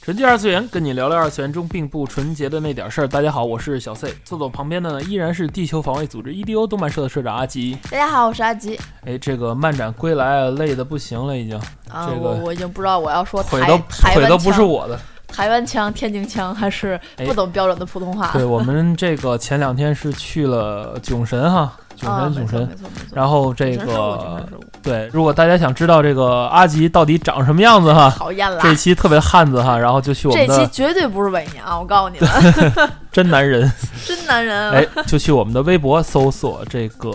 纯洁二次元，跟你聊聊二次元中并不纯洁的那点事儿。大家好，我是小 C，坐在我旁边的呢依然是地球防卫组织 EDO 动漫社的社长阿吉。大家好，我是阿吉。哎，这个漫展归来啊，累的不行了，已经啊，这个我我已经不知道我要说腿台都台腿湾都不是腔我的。台湾腔、天津腔，还是哎不懂标准的普通话。对我们这个前两天是去了囧神哈，囧啊，神没囧错神没，错没错。然后这囧神是我囧个神是我对，如果大家想知道这个阿吉到底长什么样子哈，讨厌啦这！期特别汉子哈，然后就去我这们期的绝对不是伪娘，我告诉你们， 真男人，真男人。啊哎，就去我们的微博搜索这个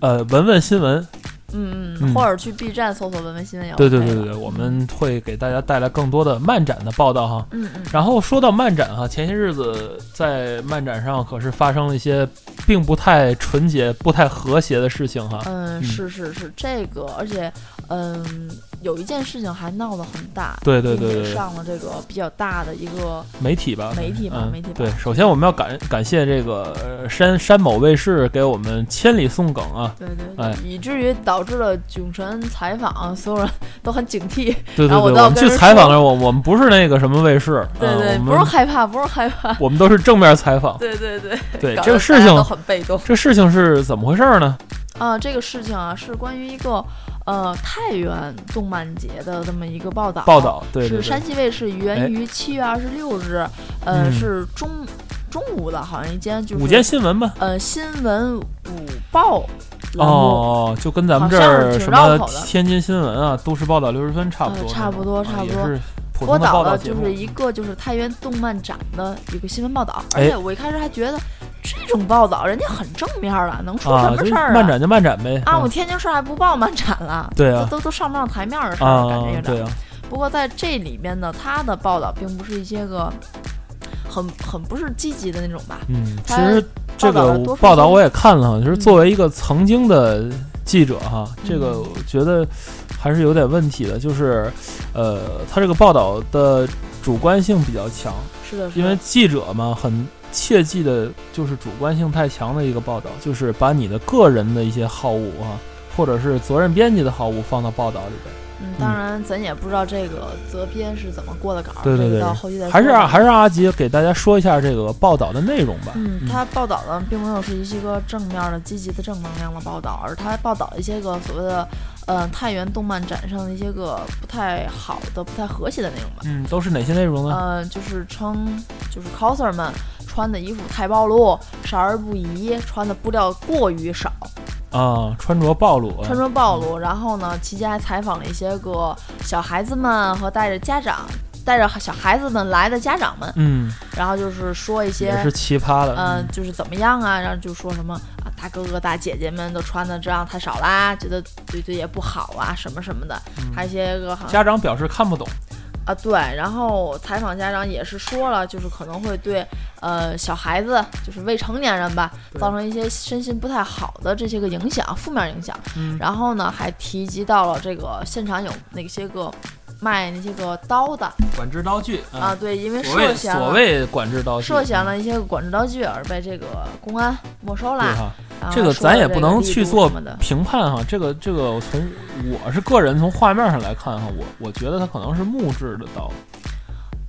呃文文新闻，嗯嗯嗯，或者去 B 站搜索“文文新闻也 OK 对了”。对对对对，我们会给大家带来更多的漫展的报道哈。嗯嗯，然后说到漫展哈，前些日子在漫展上可是发生了一些并不太纯洁、不太和谐的事情哈。嗯，是是是，这个，而且，嗯，有一件事情还闹得很大，对对并对且对，上了这个比较大的一个媒体吧，嗯媒体嘛嗯，媒体吧对，首先我们要感感谢这个呃山山某卫视给我们千里送梗啊，对对哎对，以至于导致了囧神采访，所有人都很警 惕。对对然后啊我对，倒我们跟去人采说访了我，我们不是那个什么卫视，对对，嗯、不我用们害怕，不用害怕。我们都是正面采访。 对对对，对搞这个得事大家情都很被动这事情是怎么回事儿呢？啊、这个事情啊，是关于一个呃太原动漫节的这么一个报道。报道，对对是山对，西卫视哎源于七月二十六日，呃，嗯是中中午的，好像一间就是午间新闻吧。呃新闻午报栏目。哦，就跟咱们好这像是儿挺什绕么口的天津新闻啊、都市报道六十分差不呃多那种，差不多啊差不也多是普播通的导道的节就目是。一个就是太原动漫展的一个新闻报道，哎而且我一开始还觉得这种报道人家很正面了，能出什啊，么就事儿漫展就漫展呗。啊，嗯我天津市还不报漫展了，对啊都都都上不上台面儿的事儿，感觉啊有，对点。啊，不过在这里面呢，他的报道并不是一些个很很不是积极的那种吧，嗯，其它实这报道个了多数报道是我也看了，就是嗯作为一个曾经的记者哈，这个嗯我觉得还是有点问题的，就是呃，他这个报道的主观性比较强。是的，是因的为记者嘛，很切记的就是主观性太强的一个报道，就是把你的个人的一些好恶啊，或者是责任编辑的好恶放到报道里边。嗯，当然咱也不知道这个责编是怎么过的稿儿，对对这对个到后期再还是说啊吧还是阿吉给大家说一下这个报道的内容吧。嗯，嗯他报道的并没有是一些个正面的、积极的、正能量的报道，而他报道一些个所谓的，呃，太原动漫展上的一些个不太好的、不太和谐的内容吧。嗯，都是哪些内容呢？呃，就是称就是 coser 们穿的衣服太暴露，少儿不宜，穿的布料过于少，啊，穿着暴露啊，穿着暴露。然后呢，期间还采访了一些个小孩子们和带着家长、带着小孩子们来的家长们，嗯，然后就是说一些也是奇葩的。嗯，就是怎么样啊？然后就说什么啊，大哥哥大姐姐们都穿的这样太少啦，觉得对对也不好啊，什么什么的，还有一些个好像嗯家长表示看不懂。啊对，然后采访家长也是说了，就是可能会对呃小孩子，就是未成年人吧，对造成一些身心不太好的这些个影响，负面影响。嗯然后呢，还提及到了这个现场有那些个卖那些个刀的管制刀具嗯啊，，对，因为所谓涉嫌所了谓管制刀具，涉嫌了一些个管制刀具而被这个公安没收对啦。哈。啊这个说咱也这不个能力去度做什么的。评判哈，这个这个我从我是个人从画面上来看哈，我我觉得它可能是木质的刀，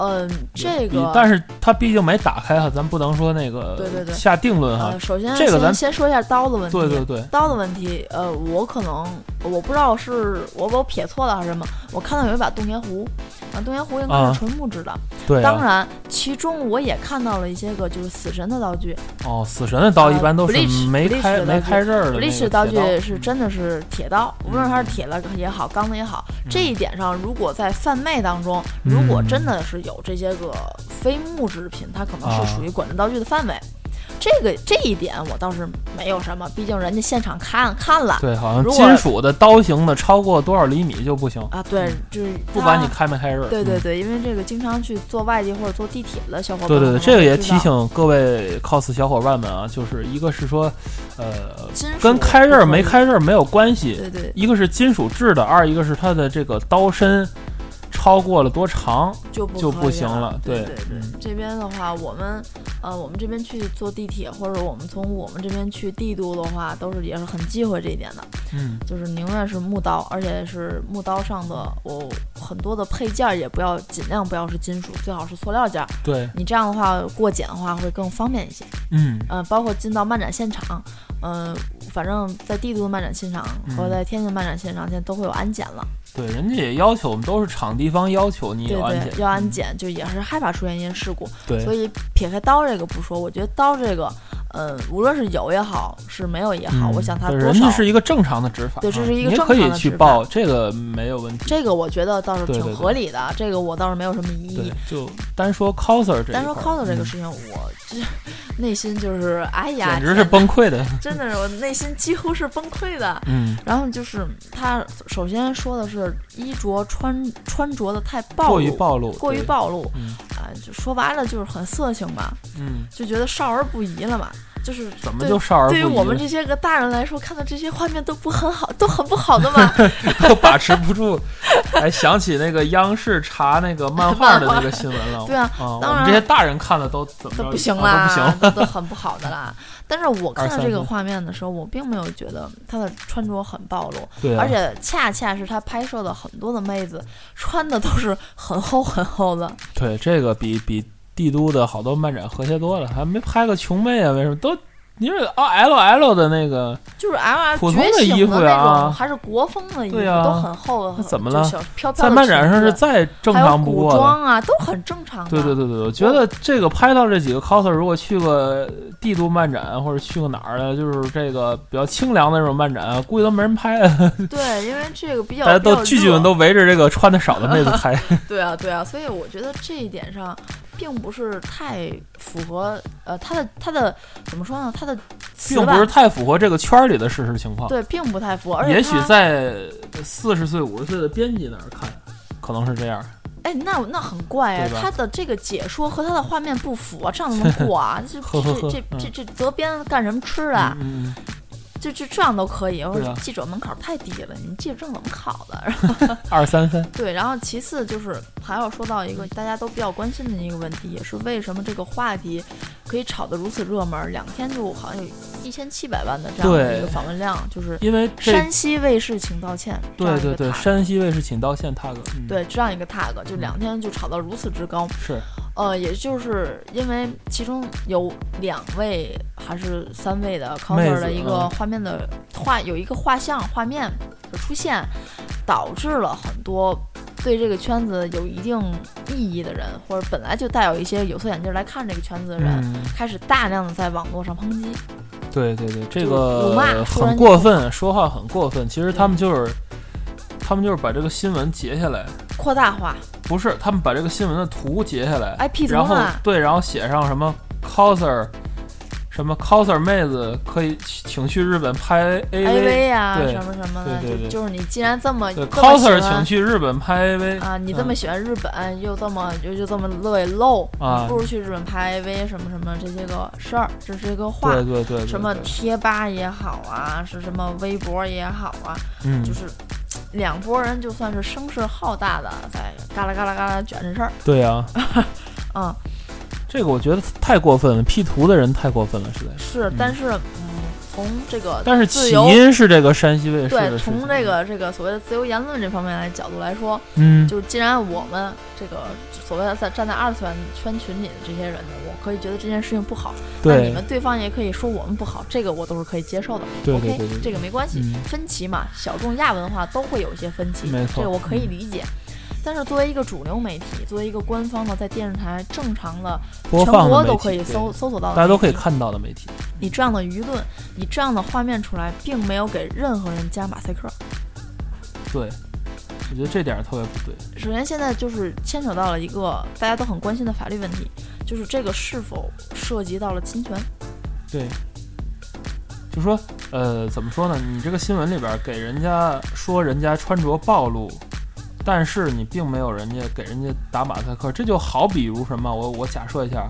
嗯，这个，但是它毕竟没打开哈，咱不能说那个对对呃对下定论哈呃，，首先啊这个咱先先说一下刀的问题。对对对，刀的问题，呃，我可能我不知道是我我撇错了还是什么，我看到有一把洞爷湖，啊，洞爷湖应该啊是纯木质的。对啊，当然，其中我也看到了一些个就是死神的道具，哦，死神的刀一般都是呃 bleach- 没 bleach 开的没刀具开刃儿的那历个史铁道刀，嗯具是真的是铁刀，无论它是铁的也好，钢的也好，嗯这一点上，如果在贩卖当中，如果真的是有这些个非木制品，它可能啊是属于管制刀具的范围。这个这一点我倒是没有什么，毕竟人家现场看看了对，好像如果金属的刀型的超过多少厘米就不行，啊，对，就是嗯不管你他开没开刃。啊对对嗯对，因为这个经常去坐外地或者坐地铁的小伙伴，对对对，这个也提知道醒各位 cos 小伙伴们啊，就是一个是说，呃，金属跟开不刃可没以，开刃没有关系，对对，一个是金属制的，二一个是它的这个刀身超过了多长，就不就可不以行了对对对对嗯这边的话，我们呃，我们这边去坐地铁，或者我们从我们这边去帝都的话，都是也是很忌讳这一点的，嗯，就是宁愿是木刀，而且是木刀上的我、很多的配件儿也不要，尽量不要是金属，最好是塑料件儿。对，你这样的话过检的话会更方便一些。嗯，嗯、包括进到漫展现场，嗯、反正在帝都的漫展现场嗯和在天津漫展现场现在都会有安检了。对，人家也要求，我们都是场地方要求你对有安对，检，嗯要安检，就也是害怕出现一些事故。对所以撇开刀这个不说，我觉得刀这个，嗯，无论是有也好，是没有也好，嗯我想它对多人少家，是一个正常的执法啊，对这是一个你也正可常以的去执法报，这个没有问题。这个我觉得倒是对挺对对合理的，这个我倒是没有什么异对议。，就单说 coser 这一块儿，单说 cos 这个嗯事情，我这 内心就是哎呀，简直是天哪，崩溃的， 真的是我内心几乎是崩溃的。嗯，然后就是他首先说的是衣着穿穿着的太暴露，过于暴露，过于对，暴露嗯啊、就说白了就是很色情嘛，嗯，就觉得少儿不宜了嘛，就是怎么对就少儿不对于宜我们了这些个大人来说，看到这些画面都不很好，都很不好的 嘛。 都把持不住，哎，想起那个央视查那个漫画的那个新 闻了，对啊，啊，我当们然这些大人看了都怎么都着不行啊啦，都不行了，都都很不好 的啦。但是我看到这二三个分画面的时候，我并没有觉得他的穿着很暴露，对啊，而且恰恰是他拍摄的很多的妹子穿的都是很厚很厚的，对这个比比帝都的好多漫展和谐多了，还没拍个琼妹啊？为什么都？因为啊，L L 的那个，就是 L L 普通觉的醒衣服那种，啊还是国风的衣服，对啊都很厚的，很那怎么就了小飘飘在的漫展上裙是子再正还有常不古过的。装啊，都很正常的。对对对对，我觉得这个拍到这几个 coser，如果去个帝都漫展啊或者去个哪儿的，就是这个比较清凉的那种漫展，啊估计都没人拍，对，因为这个比较 大家比都较聚热聚们都围着这个穿的少的妹子 拍。对啊对啊，所以我觉得这一点上，并不是太符合呃他的他的怎么说呢？他的词并吧不是太符合这个圈儿里的事实情况。对，并不太符合。而且也许他在四十岁、五十岁的编辑那儿看，可能是这样。哎，那那很怪啊对，吧他的这个解说和他的画面不符啊，这样能过啊？这呵呵呵这这嗯这这责编干什么吃的啊？嗯，就就这样都可以？我对说啊记者门槛太低了，你记者证怎么考的？二三分，对，然后其次就是还要说到一个大家都比较关心的一个问题，也是为什么这个话题可以炒得如此热门儿，两天就好像有一千七百万的这样的一个对访问量，就是因为这山西卫视请道歉，这样对一对个对， tag 山西卫视请道歉 tag，、嗯、对这样一个 tag，就两天就炒到如此之高，是呃，也就是因为其中有两位还是三位的妹 coser 子的一个嗯画面的画有一个画像画面的出现，导致了很多对这个圈子有一定意义的人，或者本来就带有一些有色眼镜来看这个圈子的人。嗯，开始大量的在网络上抨击，对对对，这辱骂个说很人家嗯过分，说话很过分。其实他们就是，他们就是把这个新闻截下来，扩大化。不是他们把这个新闻的图截下来，哎，P 图然后嘛对，然后写上什么 coser，什么 coser 妹子可以请去日本拍 AV， AV 呀、对啊什么什么对对对的，就就是你既然这么对这么喜 coser 请欢去日本拍 AV，啊，你这嗯么喜欢日本，又这么又又这么乐意露，啊你不如去日本拍 AV 什么什么这些个事儿，这是一个话对，对对对，什么对贴吧也好啊，是什么微博也好啊，嗯就，是两拨人就算是声势浩大的在嘎啦嘎啦嘎啦卷这事儿，对啊，嗯，这个我觉得太过分了，P 图的人太过分了，实在是。是嗯，但是嗯，从这个但是自起由因是这个山西卫视对的事从情，这个这个所谓的自由言论这方面来角度来说，嗯，就是既然我们这个所谓的在站在二次元圈群里的这些人呢，我可以觉得这件事情不好，那你对们对方也可以说我们不好，这个我都是可以接受的。对 OK，对对对这个没关系，嗯分歧嘛，小众亚文化都会有一些分歧，没错这个我可以理解。但是作为一个主流媒体，作为一个官方的，在电视台正常的播全放的国媒都体可以搜，对搜索到的媒体，大家都可以看到的媒体，你这样的舆论，你这样的画面出来，并没有给任何人加马赛克。对，我觉得这点儿特别不对，首先，现在就是牵扯到了一个大家都很关心的法律问题，就是这个是否涉及到了侵权。对，就说呃，怎么说呢？你这个新闻里边儿给人家说人家穿着暴露，但是你并没有人家给人家打马赛克，这就好比如什么？我我假设一下，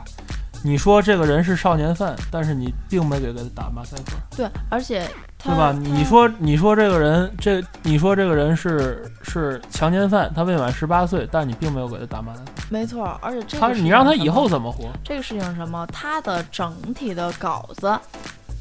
你说这个人是少年犯，但是你并没给他打马赛克，对，而且他对吧？他你说你说这个人这你说这个人是是强奸犯，他未满十八岁，但你并没有给他打马赛克，没错，而且这个他事你让情他什以么后怎么活？这个事情是什么？他的整体的稿子，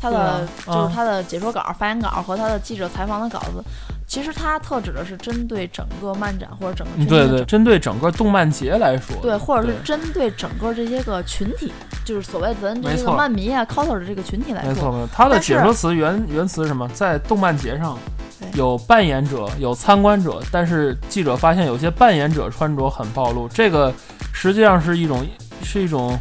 他对的啊就啊是他的解说稿、发言稿和他的记者采访的稿子，其实他特指的是针对整个漫展或者整个嗯全对球对，整针对整个动漫节来说，对，或者是对针对整个这些个群体，就是所谓咱没这个错漫迷啊、coser 的这个群体来没错说，没错，它的但是解说词原原词是什么？在动漫节上对，有扮演者，有参观者，但是记者发现有些扮演者穿着很暴露，这个实际上是一种是一种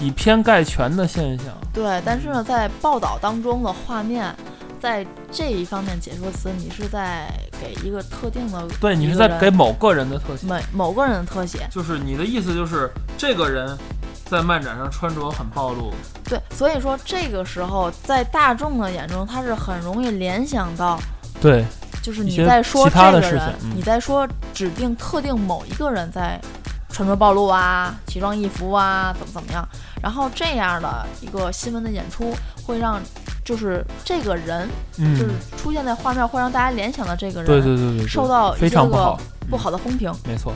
以偏概全的现象。对。但是呢，在报道当中的画面，在这一方面解说词，你是在给一个特定的对你一是个在给人某个人的特写，某某个人的特写，就是你的意思就是这个人在漫展上穿着很暴露，对，所以说这个时候在大众的眼中，他是很容易联想到，对就是一你些在说其这他个的事人，情嗯你在说指定特定某一个人在穿着暴露啊、奇装异服啊，怎么怎么样，然后这样的一个新闻的演出会让。就是这个人，嗯就是出现在画面，会让大家联想到这个人，对对对对，受到一非些常不个好，嗯不好的风评，没错，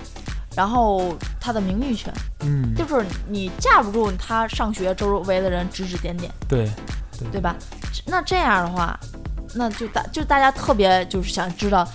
然后他的名誉权，嗯，就是你架不住他上学周围的人指指点点。对，对吧？这那这样的话，那就大就大家特别就是想知道，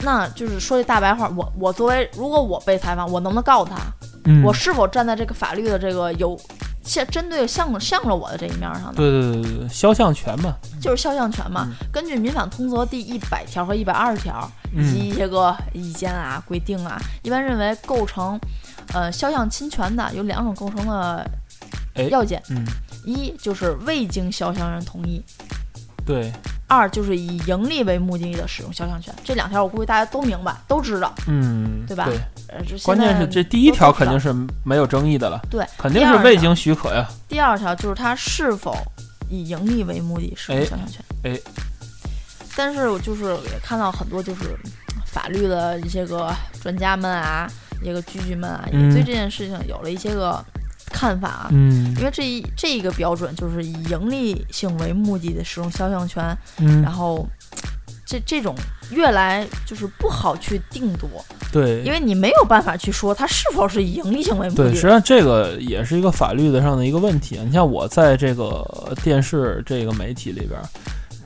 那就是说句大白话，我我作为如果我被采访，我能不能告他？嗯我是否站在这个法律的这个有向针对向向着我的这一面上呢？对对对对对，嗯肖像权嘛，就是肖像权嘛。根据《民法通则》第一百条和一百二十条嗯以及一些个意见啊、规定啊，一般认为构成呃肖像侵权的有两种构成的哎要件，嗯，一就是未经肖像人同意。对，二就是以盈利为目的的使用肖像权，这两条我估计大家都明白，都知道。嗯，对吧对，呃，这关键是这第一条肯定是没有争议的了，对，肯定是未经许可呀。第二条就是它是否以盈利为目的使用哎肖像权。哎但是我就是也看到很多就是法律的一些个专家们啊，一些个居居们啊，也嗯对这件事情有了一些个看法啊。嗯因为这一这一个标准就是以盈利性为目的的使用肖像权，然嗯，后这这种越来就是不好去定夺。对，因为你没有办法去说它是否是以盈利性为目的对，。实际上这个也是一个法律的上的一个问题啊。你像我在这个电视这个媒体里边儿，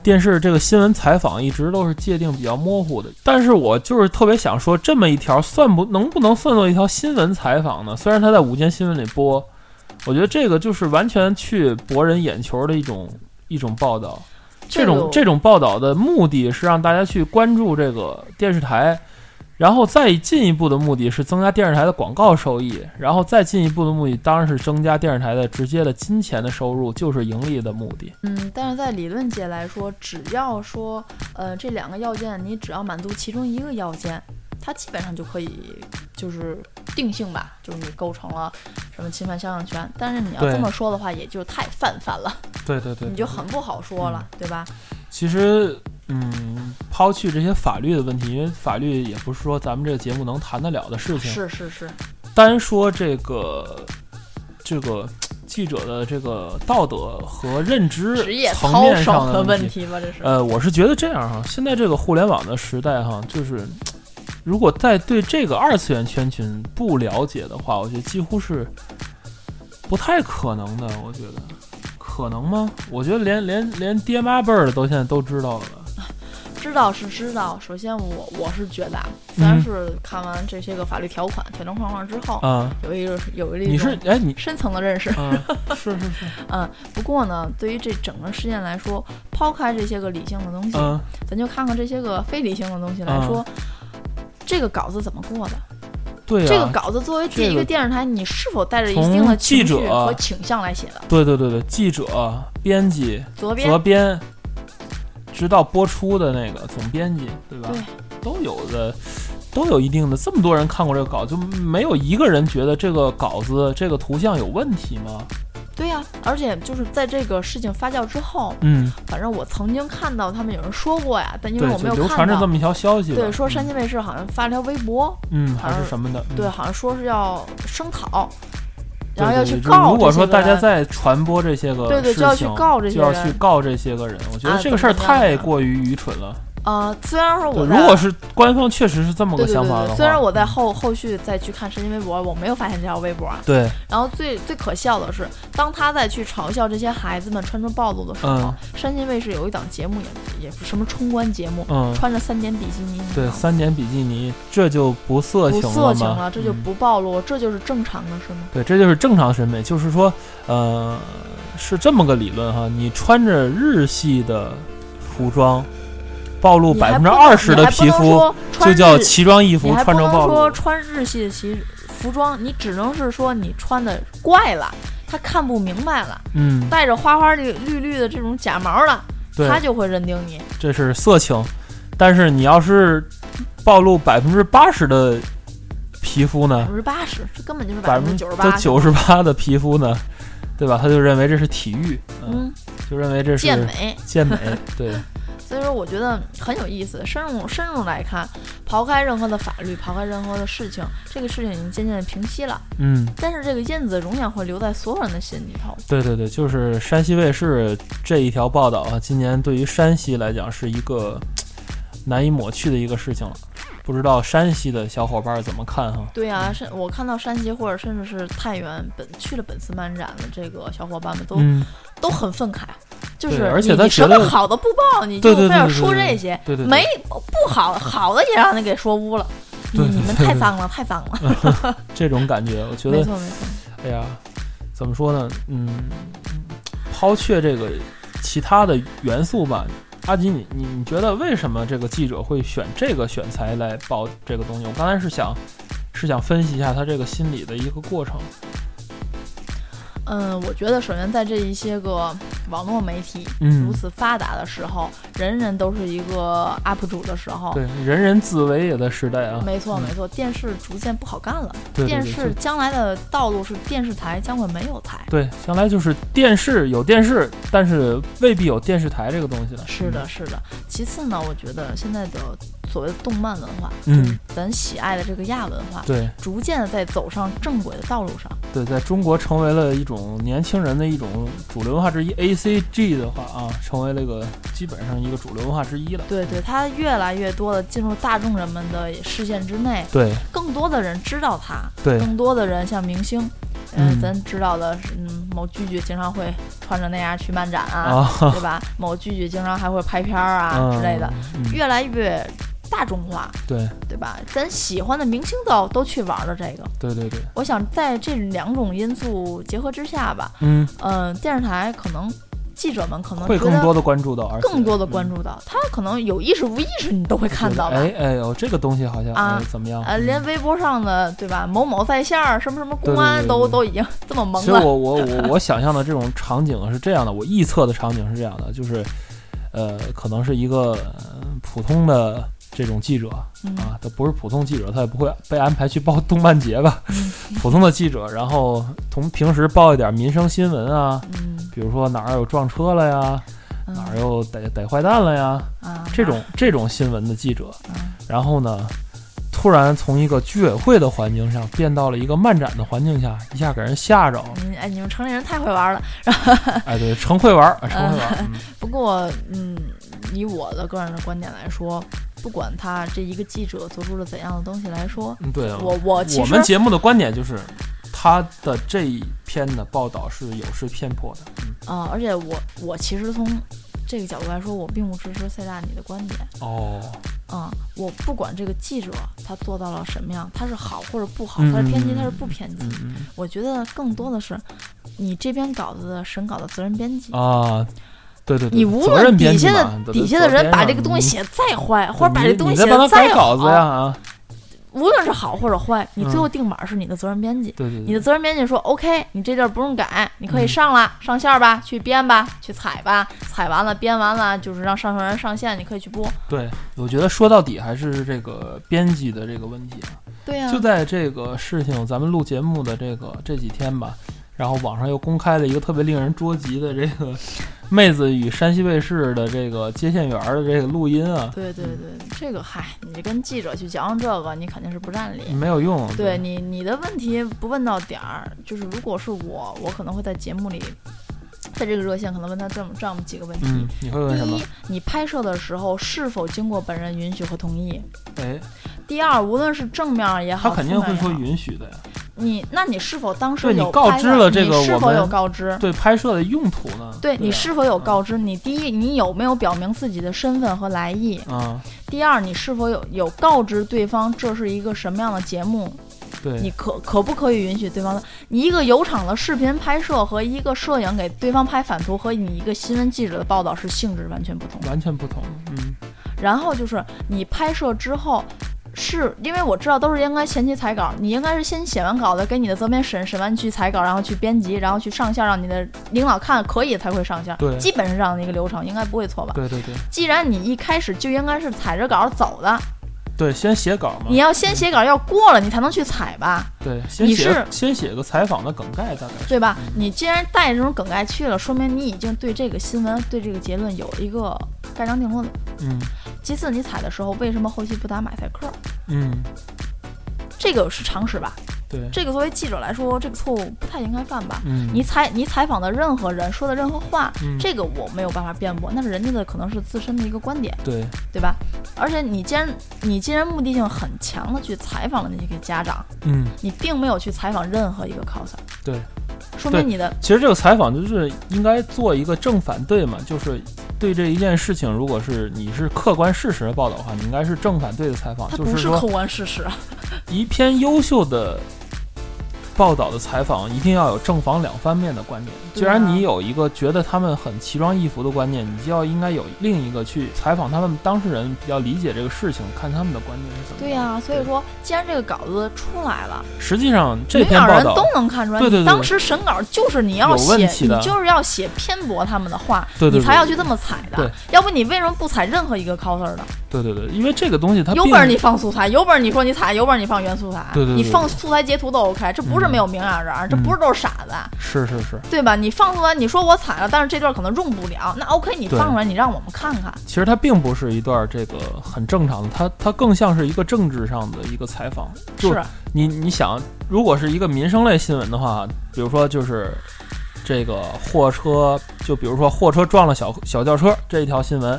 电视这个新闻采访一直都是界定比较模糊的。但是我就是特别想说，这么一条算不能不能算作一条新闻采访呢？虽然它在午间新闻里播，我觉得这个就是完全去博人眼球的一种一种报道。这种这种种报道的目的是让大家去关注这个电视台，然后再进一步的目的是增加电视台的广告收益，然后再进一步的目的当然是增加电视台的直接的金钱的收入，就是盈利的目的。嗯，但是在理论界来说，只要说呃这两个要件，你只要满足其中一个要件，它基本上就可以就是定性吧，就是你构成了什么侵犯肖像权。但是你要对这么说的话，也就太泛泛了，对对对嗯你就很不好说了，对吧？其实，嗯，抛去这些法律的问题，因为法律也不是说咱们这个节目能谈得了的事情。是是是，单说这个这个记者的这个道德和认知职业层操面上守的的问题问。题吧，这是。呃，我是觉得这样哈，现在这个互联网的时代哈，就是如果再对这个二次元圈群不了解的话，我觉得几乎是不太可能的。我觉得可能吗？我觉得连连连爹妈辈儿的都现在都知道了吧。知道是知道，首先我我是觉得，啊，虽然嗯是看完这些个法律条款、条条框框之后，啊，有一个有一你种是哎你 深层的认识。啊，是是是，嗯，不过呢，对于这整个事件来说，抛开这些个理性的东西，嗯咱就看看这些个非理性的东西来说，这个稿子怎么过的？对啊，这个稿子作为第这一个个电视台，你是否带着一定的从记情绪者啊和倾向来写的？对对对对，记者、编辑、责编责编，直到播出的那个总编辑，对吧？对都有的，都有一定的。这么多人看过这个稿，就没有一个人觉得这个稿子、这个图像有问题吗？对呀、而且就是在这个事情发酵之后，嗯，反正我曾经看到他们有人说过呀，但因为对，我没就有流看传着这到。么一条消息吧，对，说嗯山西卫视好像发了条微博，嗯还好是像什么的，嗯对，好像说是要声讨，对然后要对去对就告。如果说大家，再传播这些个对对事就要去情告这些就要人去告这些个人。我觉得啊这个怎事儿么样太呢过于愚蠢了。呃，虽然说对我如在果是官方确实是这么对个对想对法对，的虽然话，我在后后续再去看神经微博，我没有发现这条微博啊。对，然后最最可笑的是，当他在去嘲笑这些孩子们穿着暴露的时候，嗯山西卫视有一档节目也也不什么冲关节目，嗯，穿着三点比基尼，对，三点比基尼，这就不色不情色情吗？了，这就嗯不暴露，这就是正常的是吗？对，这就是正常审美，就是说，呃，是这么个理论哈，你穿着日系的服装，暴露你百还分不之能二十你的还不皮能肤，说就穿叫日奇装异服，你还不穿着能暴说露。穿日系的旗服装，你只能是说你穿的怪了，他看不明白了，嗯，带着花花绿绿绿的这种假毛了，对，啊他就会认定你。这是色情，但是你要是暴露百分之八十的皮肤百呢，分之八十，这根本就是百百分分之之九十八。九十八的皮肤呢，对吧？他就认为这是体育，嗯，嗯，就认为这是健美。健 美，对，所以说，我觉得很有意思。深入深入来看，刨开任何的法律，刨开任何的事情，这个事情已经渐渐的平息了。嗯，但是这个印子永远会留在所有人的心里头。对对对，就是山西卫视这一条报道啊，今年对于山西来讲是一个嘖难以抹去的一个事情了。不知道山西的小伙伴儿怎么看哈？对啊，山我看到山西或者甚至是太原本去了本次漫展的这个小伙伴们都、嗯，都很愤慨，就对是而且你他你觉什得么好的不报，你对对就非对要对说对这些，对对对没不好好的也让人给说污了。嗯你对你们对太对脏了，太脏了。这种感觉，我觉没得，错没错，哎呀，怎么说呢？嗯，抛却这个其他的元素吧，阿吉你，你你觉得为什么这个记者会选这个选材来报这个东西？我刚才是想是想分析一下他这个心理的一个过程。嗯，我觉得首先在这一些个网络媒体嗯如，此发达的时候，人人都是一个 UP 主的时候，对，人人自危也的时代啊。没错嗯没错，电视逐渐不好干了，对对电对视将来的道路是电视台将会没有台。对，将来就是电视有电视，但是未必有电视台这个东西了。嗯是的，是的。其次呢，我觉得现在的所谓的动漫文化，嗯就是咱喜爱的这个亚文化嗯，，对逐渐的在走上正轨的道路上。对，在中国成为了一种年轻人的一种主流文化之一。A C G 的话啊，成为了一个基本上一个主流文化之一了。对对，它越来越多的进入大众人们的视线之内，对更多的人知道它，对更多的人像明星，嗯、嗯咱知道的是，嗯，某剧剧经常会穿着那样去漫展啊，啊对吧？某剧剧经常还会拍片儿啊、嗯 之类的，嗯越来越大众化，对对吧？咱喜欢的明星都都去玩了这个。对对对，我想在这两种因素结合之下吧，嗯，嗯、电视台可能记者们可能会觉更得多的关注到，而且更多的关嗯注到，他可能有意识无意识你都会看觉到得吧。哎哎呦，这个东西好像啊哎怎么样？呃，连微博上的对吧，某某在线儿，什么什么对公对安对都对都已经这么萌其实了，我我我我想象的这种场景是这样的，我臆测的场景是这样的，就是，呃，可能是一个呃普通的这种记者嗯啊，他不是普通记者，他也不会被安排去报动漫节吧，嗯普通的记者，然后从平时报一点民生新闻啊，嗯比如说哪儿有撞车了呀，嗯哪儿又逮逮坏蛋了呀，啊这种这种新闻的记者，嗯然后呢，突然从一个居委会的环境上变到了一个漫展的环境下，一下给人吓着了。你哎，你们城里人太会玩了。哎，对，成会玩儿，啊成会玩儿。 嗯不过，嗯，以我的个人的观点来说，不管他这一个记者做出了怎样的东西来说，嗯，对，我我其我实们节目的观点就是，他的这一篇的报道是有失偏颇的。嗯，啊、而且我我其实从这个角度来说，我并不支持塞大你的观点。哦，啊、我不管这个记者他做到了什么样，他是好或者不好，嗯他是偏激，他是不偏激嗯。嗯我觉得更多的是你这篇稿子的审稿的责任编辑，啊，对对对，你无责论任编底辑下嘛的对底对下的责任人把上这个东西你写得再坏，或者把你这东嗯西你再写帮得他再改好稿子呀，啊，无论是好或者坏，你嗯最后定码是你的责任编辑。对对你对的责任编辑说：“OK，你这地儿不用改，你可以嗯上了，上线儿吧，去编吧，去采吧，采完了编完了，就是让上传人上线，你可以去播。对，我觉得说到底还是这个编辑嗯的这个问题啊。”对呀、就在这个事情咱们录节目的这个这几天吧，然后网上又公开了一个特别令人捉急的这个妹子与山西卫视的这个接线员的这个录音啊，对对对，这个嗨，你跟记者去讲讲这个，你肯定是不占理。没有用。对你，你的问题不问到点儿，就是如果是我，我可能会在节目里，在这个热线可能问他这么这么几个问题。嗯，你会问什第么一？，你拍摄的时候是否经过本人允许和同意？哎，第二，无论是正面也好，他肯定会说负面也好允许的呀。你，那你是否当时对你有告拍知到了这个你是我否有们告知？对拍摄的用途呢？对你啊是否有告知？你第一，你有没有表明自己的身份和来意？啊，第二，你是否有有告知对方这是一个什么样的节目？你对，可可不可以允许对方的？你一个有场的视频拍摄和一个摄影给对方拍反图，和你一个新闻记者的报道是性质完全不同。完全不同。嗯，然后就是你拍摄之后。是因为我知道都是应该前期采稿，你应该是先写完稿子给你的责编审，审完去采稿，然后去编辑，然后去上线，让你的领导看可以才会上线。对基本是这样的一个流程，应该不会错吧？对对对既然你一开始就应该是采着稿走啊的，对，先写稿嘛你。要先写稿，要过了你才能去采吧，对，先你写是先写个采访的梗概，大概是。对吧？你既然带着这种梗概去了，说明你已经对这个新闻、对这个结论有一个盖章定论了。嗯其次，你采的时候为什么后期不打马赛克？嗯，这个是常识吧？对，这个作为记者来说，这个错误不太应该犯吧？嗯，你采你采访的任何人说的任何话，嗯这个我没有办法辩驳，那是人家的可能是自身的一个观点，对对吧？而且你既然你既然目的性很强的去采访了那些个家长，嗯。你并没有去采访任何一个 coser，对，说对明你的其实这个采访就是应该做一个正反对嘛，就是对这一件事情，如果是你是客观事实的报道的话，你应该是正反对的采访，它就不是说客观事实啊。一篇优秀的报道的采访，一定要有正反两方面的观点。既对啊然你有一个觉得他们很奇装异服的观念，你就要应该有另一个去采访他们当事人，比较理解这个事情，看他们的观点是怎么。对呀、所以说，既然这个稿子出来了，实际上这没篇有报人道都，能看出来。对对对你当时审稿就是你要有问写，题的你就是要写偏驳他们的话，对对对你才要去这么采的。对要不你为什么不采任何一个 coser 的？对对对，因为这个东西它有啊并本事你放素材，有本事你说你采，有本事你放原素材，对对对对你放素材截图都 OK，这不嗯是没有明眼人，这不是都是傻子。是是是，对吧？你放出来，你说我采了，但是这段可能用不了，那 OK，你对放出来，你让我们看看。，其实它并不是一段这个很正常的，它它更像是一个政治上的一个采访。就是你你想，如果是一个民生类新闻的话，比如说就是这个货车，就比如说货车撞了小小轿车这一条新闻，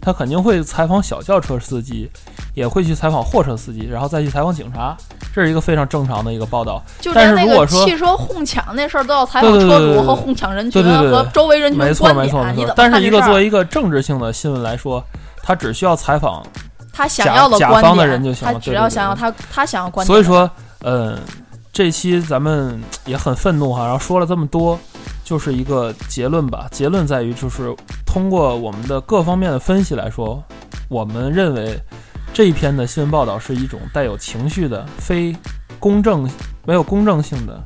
他肯定会采访小轿车司机，也会去采访货车司机，然后再去采访警察，这是一个非常正常的一个报道。就但连是那如果个说汽车哄抢那事儿都要采访对对对车对主对和哄抢人对群对对和周围人群没的错观没错点，啊没你错怎么看这事儿。但是一个作为一个政治性的新闻来说，他只需要采访他甲想要的甲观方的点，人就行了他对只对要对想要他他想要观点，所以说，呃，这期咱们也很愤怒哈，然后说了这么多，就是一个结论吧。结论在于，就是通过我们的各方面的分析来说，我们认为这一篇的新闻报道是一种带有情绪的、非公正、没有公正性的。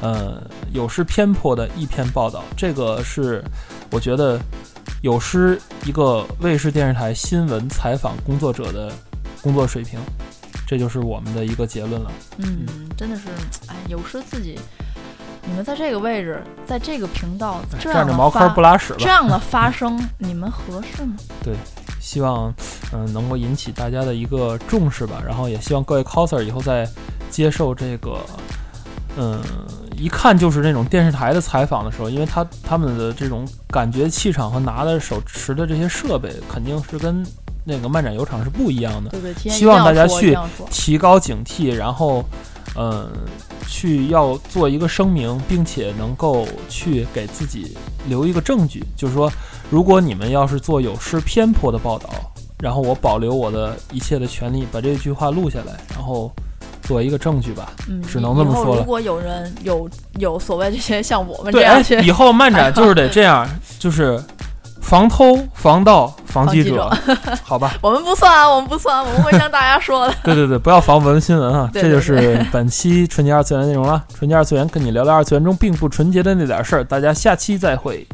呃，有失偏颇的一篇报道，这个是我觉得有失一个卫视电视台新闻采访工作者的工作水平，这就是我们的一个结论了。嗯，真的是，哎，有时自己，你们在这个位置，在这个频道这样站着的茅坑发不拉屎这吧。样的发声，你们合适吗？希望，嗯、能够引起大家的一个重视吧。然后也希望各位 coser 以后在接受这个，嗯、一看就是那种电视台的采访的时候，因为他他们的这种感觉、气场和拿的手持的这些设备，肯定是跟那个漫展油厂是不一样的。对不对？提前希望一定要大家说去一定要说提高警惕，然后，嗯、去要做一个声明，并且能够去给自己留一个证据，就是说，如果你们要是做有失偏颇的报道，然后我保留我的一切的权利，把这句话录下来，然后作为一个证据吧。嗯，只以能这么以后说了如果有人有有所谓这些像我们这对，样哎去，以后漫展就是得这样，就是防偷、防盗、防 防记记者，好吧？我们不算啊，我们不算啊，我们会向大家说的。对对对，不要防文新闻啊！对这就对是本期纯洁二次元内容了。纯洁二次元跟你聊聊二次元中并不纯洁的那点事儿，大家下期再会。